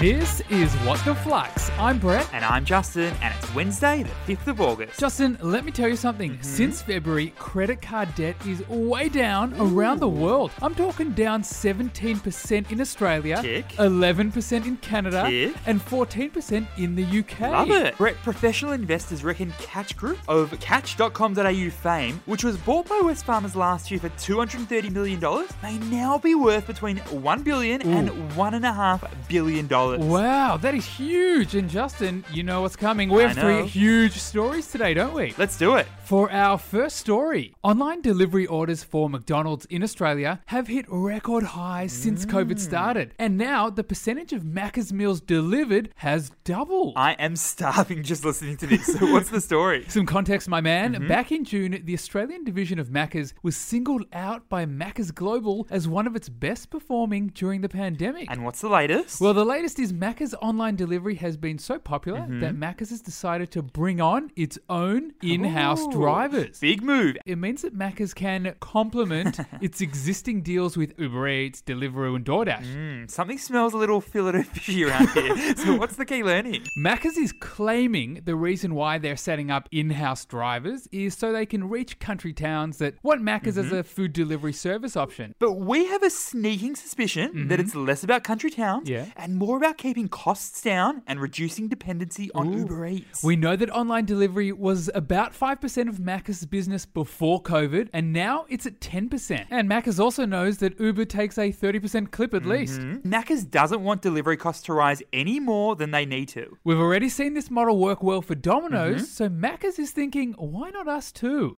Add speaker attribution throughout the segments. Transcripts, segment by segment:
Speaker 1: This is What the Flux. I'm Brett.
Speaker 2: And I'm Justin, and it's Wednesday, the 5th of August.
Speaker 1: Justin, let me tell you
Speaker 2: Mm-hmm.
Speaker 1: something. Since February, credit card debt is way down around the world. I'm talking down 17% in Australia,
Speaker 2: Tick.
Speaker 1: 11% in Canada,
Speaker 2: Tick.
Speaker 1: and 14% in the UK.
Speaker 2: Love it. Brett, professional investors reckon Catch Group of Catch.com.au fame, which was bought by West Farmers last year for $230 million, may now be worth between $1 billion and $1.5 billion.
Speaker 1: Wow, that is huge. And Justin, you know what's coming. We have
Speaker 2: I
Speaker 1: three
Speaker 2: know.
Speaker 1: huge stories today, don't we?
Speaker 2: Let's do it.
Speaker 1: For our first story, online delivery orders for McDonald's in Australia have hit record highs since
Speaker 2: Mm.
Speaker 1: COVID started. And now the percentage of Macca's meals delivered has doubled.
Speaker 2: I am starving just listening to this. So, what's the story?
Speaker 1: Some context, my man.
Speaker 2: Mm-hmm.
Speaker 1: Back in June, the Australian division of Macca's was singled out by Macca's Global as one of its best performing during the pandemic.
Speaker 2: And what's the latest?
Speaker 1: Well, the latest is Macca's online delivery has been so popular
Speaker 2: Mm-hmm.
Speaker 1: that Macca's has decided to bring on its own in house
Speaker 2: Ooh,
Speaker 1: drivers.
Speaker 2: Big move.
Speaker 1: It means that Macca's can complement its existing deals with Uber Eats, Deliveroo, and DoorDash.
Speaker 2: Mm, something smells a little fillet fishy around here. so, what's the key learning?
Speaker 1: Macca's is claiming the reason why they're setting up in house drivers is so they can reach country towns that want Macca's as a food delivery service option.
Speaker 2: But we have a sneaking suspicion that it's less about country towns
Speaker 1: Mm-hmm. Yeah.
Speaker 2: and more about keeping costs down and reducing dependency on Uber Eats.
Speaker 1: We know that online delivery was about 5% of Macca's business before COVID, and now it's at 10%. And Macca's also knows that Uber takes a 30% clip at least.
Speaker 2: Macca's Hmm? doesn't want delivery costs to rise any more than they need to.
Speaker 1: We've already seen this model work well for Domino's, so Macca's is thinking, why not us too?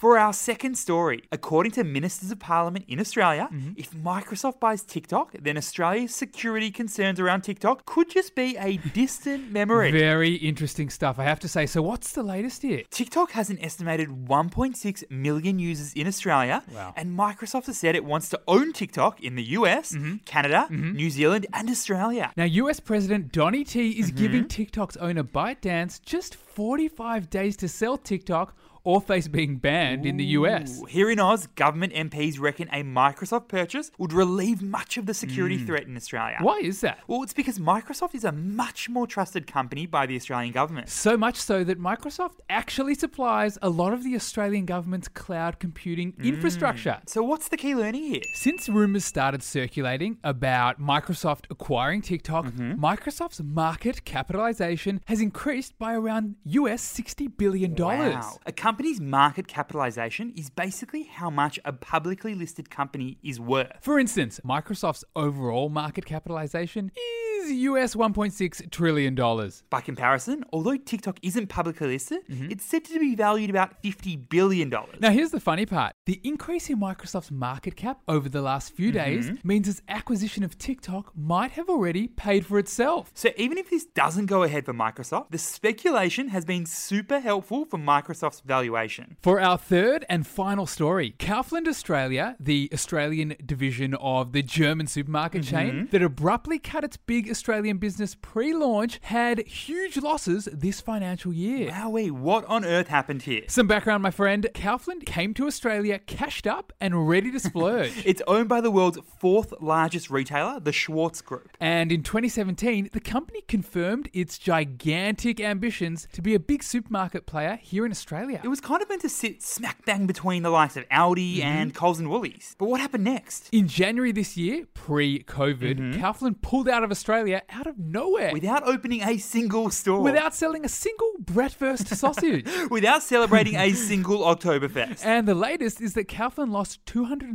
Speaker 2: For our second story, according to ministers of parliament in Australia,
Speaker 1: Mm-hmm.
Speaker 2: if Microsoft buys TikTok, then Australia's security concerns around TikTok could just be a distant memory.
Speaker 1: Very interesting stuff, I have to say. So, what's the latest here?
Speaker 2: TikTok has an estimated 1.6 million users in Australia,
Speaker 1: Wow.
Speaker 2: and Microsoft has said it wants to own TikTok in the US,
Speaker 1: Mm-hmm.
Speaker 2: Canada, New Zealand, and Australia.
Speaker 1: Now, US President Donny T
Speaker 2: Mm-hmm.
Speaker 1: is giving TikTok's owner ByteDance just 45 days to sell TikTok or face being banned in the US.
Speaker 2: Ooh, Here in Oz, government MPs reckon a Microsoft purchase would relieve much of the security
Speaker 1: Mm.
Speaker 2: threat in Australia.
Speaker 1: Why is that?
Speaker 2: Well, it's because Microsoft is a much more trusted company by the Australian government.
Speaker 1: So much so that Microsoft actually supplies a lot of the Australian government's cloud computing
Speaker 2: Mm.
Speaker 1: infrastructure.
Speaker 2: So, what's the key learning here?
Speaker 1: Since rumors started circulating about Microsoft acquiring TikTok,
Speaker 2: Mm-hmm.
Speaker 1: Microsoft's market capitalization has increased by around US 60 billion dollars.
Speaker 2: Wow. A company's market capitalization is basically how much a publicly listed company is worth.
Speaker 1: For instance, Microsoft's overall market capitalization is US 1.6 trillion dollars.
Speaker 2: By comparison, although TikTok isn't publicly listed, it's said to be valued about $50 billion.
Speaker 1: Now, here's the funny part. The increase in Microsoft's market cap over the last few days means its acquisition of TikTok might have already paid for itself.
Speaker 2: so even if this doesn't go ahead for Microsoft, the speculation has been super helpful for Microsoft's valuation.
Speaker 1: For our third and final story, Kaufland Australia, the Australian division of the German supermarket chain that abruptly cut its big Australian business pre launch, had huge losses this financial year.
Speaker 2: Wowee, what on earth happened here?
Speaker 1: Some background, my friend. Kaufland came to Australia cashed up and ready to splurge.
Speaker 2: It's owned by the world's fourth largest retailer, the Schwartz Group.
Speaker 1: And in 2017, the company confirmed its gigantic ambitions to be a big supermarket player here in Australia.
Speaker 2: It was kind of meant to sit smack bang between the likes of Aldi and Coles and Woolies. But what happened next?
Speaker 1: In January this year, pre COVID, Kaufland pulled out of Australia out of nowhere
Speaker 2: Without opening a single store.
Speaker 1: without selling a single breakfast sausage.
Speaker 2: Without celebrating a single Oktoberfest.
Speaker 1: And the latest is that Kaufland lost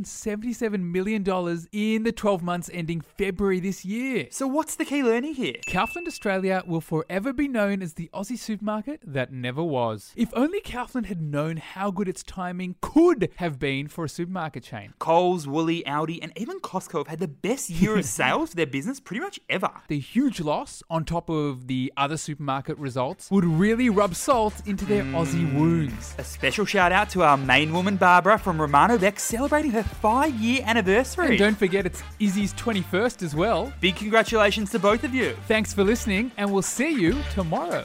Speaker 1: $277 million in the 12 months ending February this year.
Speaker 2: So what's the key learning here?
Speaker 1: Kaufland Australia will forever be known as the Aussie supermarket that never was. If only Kaufland had known how good its timing could have been for a supermarket chain.
Speaker 2: Coles, Woolly, Aldi, and even Costco have had the best year of sales for their business pretty much ever.
Speaker 1: The huge loss on top of the other supermarket results would really rub salt into their Aussie wounds.
Speaker 2: A special shout out to our main woman, Barbara from Romano Beck, celebrating her five year anniversary.
Speaker 1: And don't forget it's Izzy's 21st as well.
Speaker 2: Big congratulations to both of you.
Speaker 1: Thanks for listening and we'll see you tomorrow.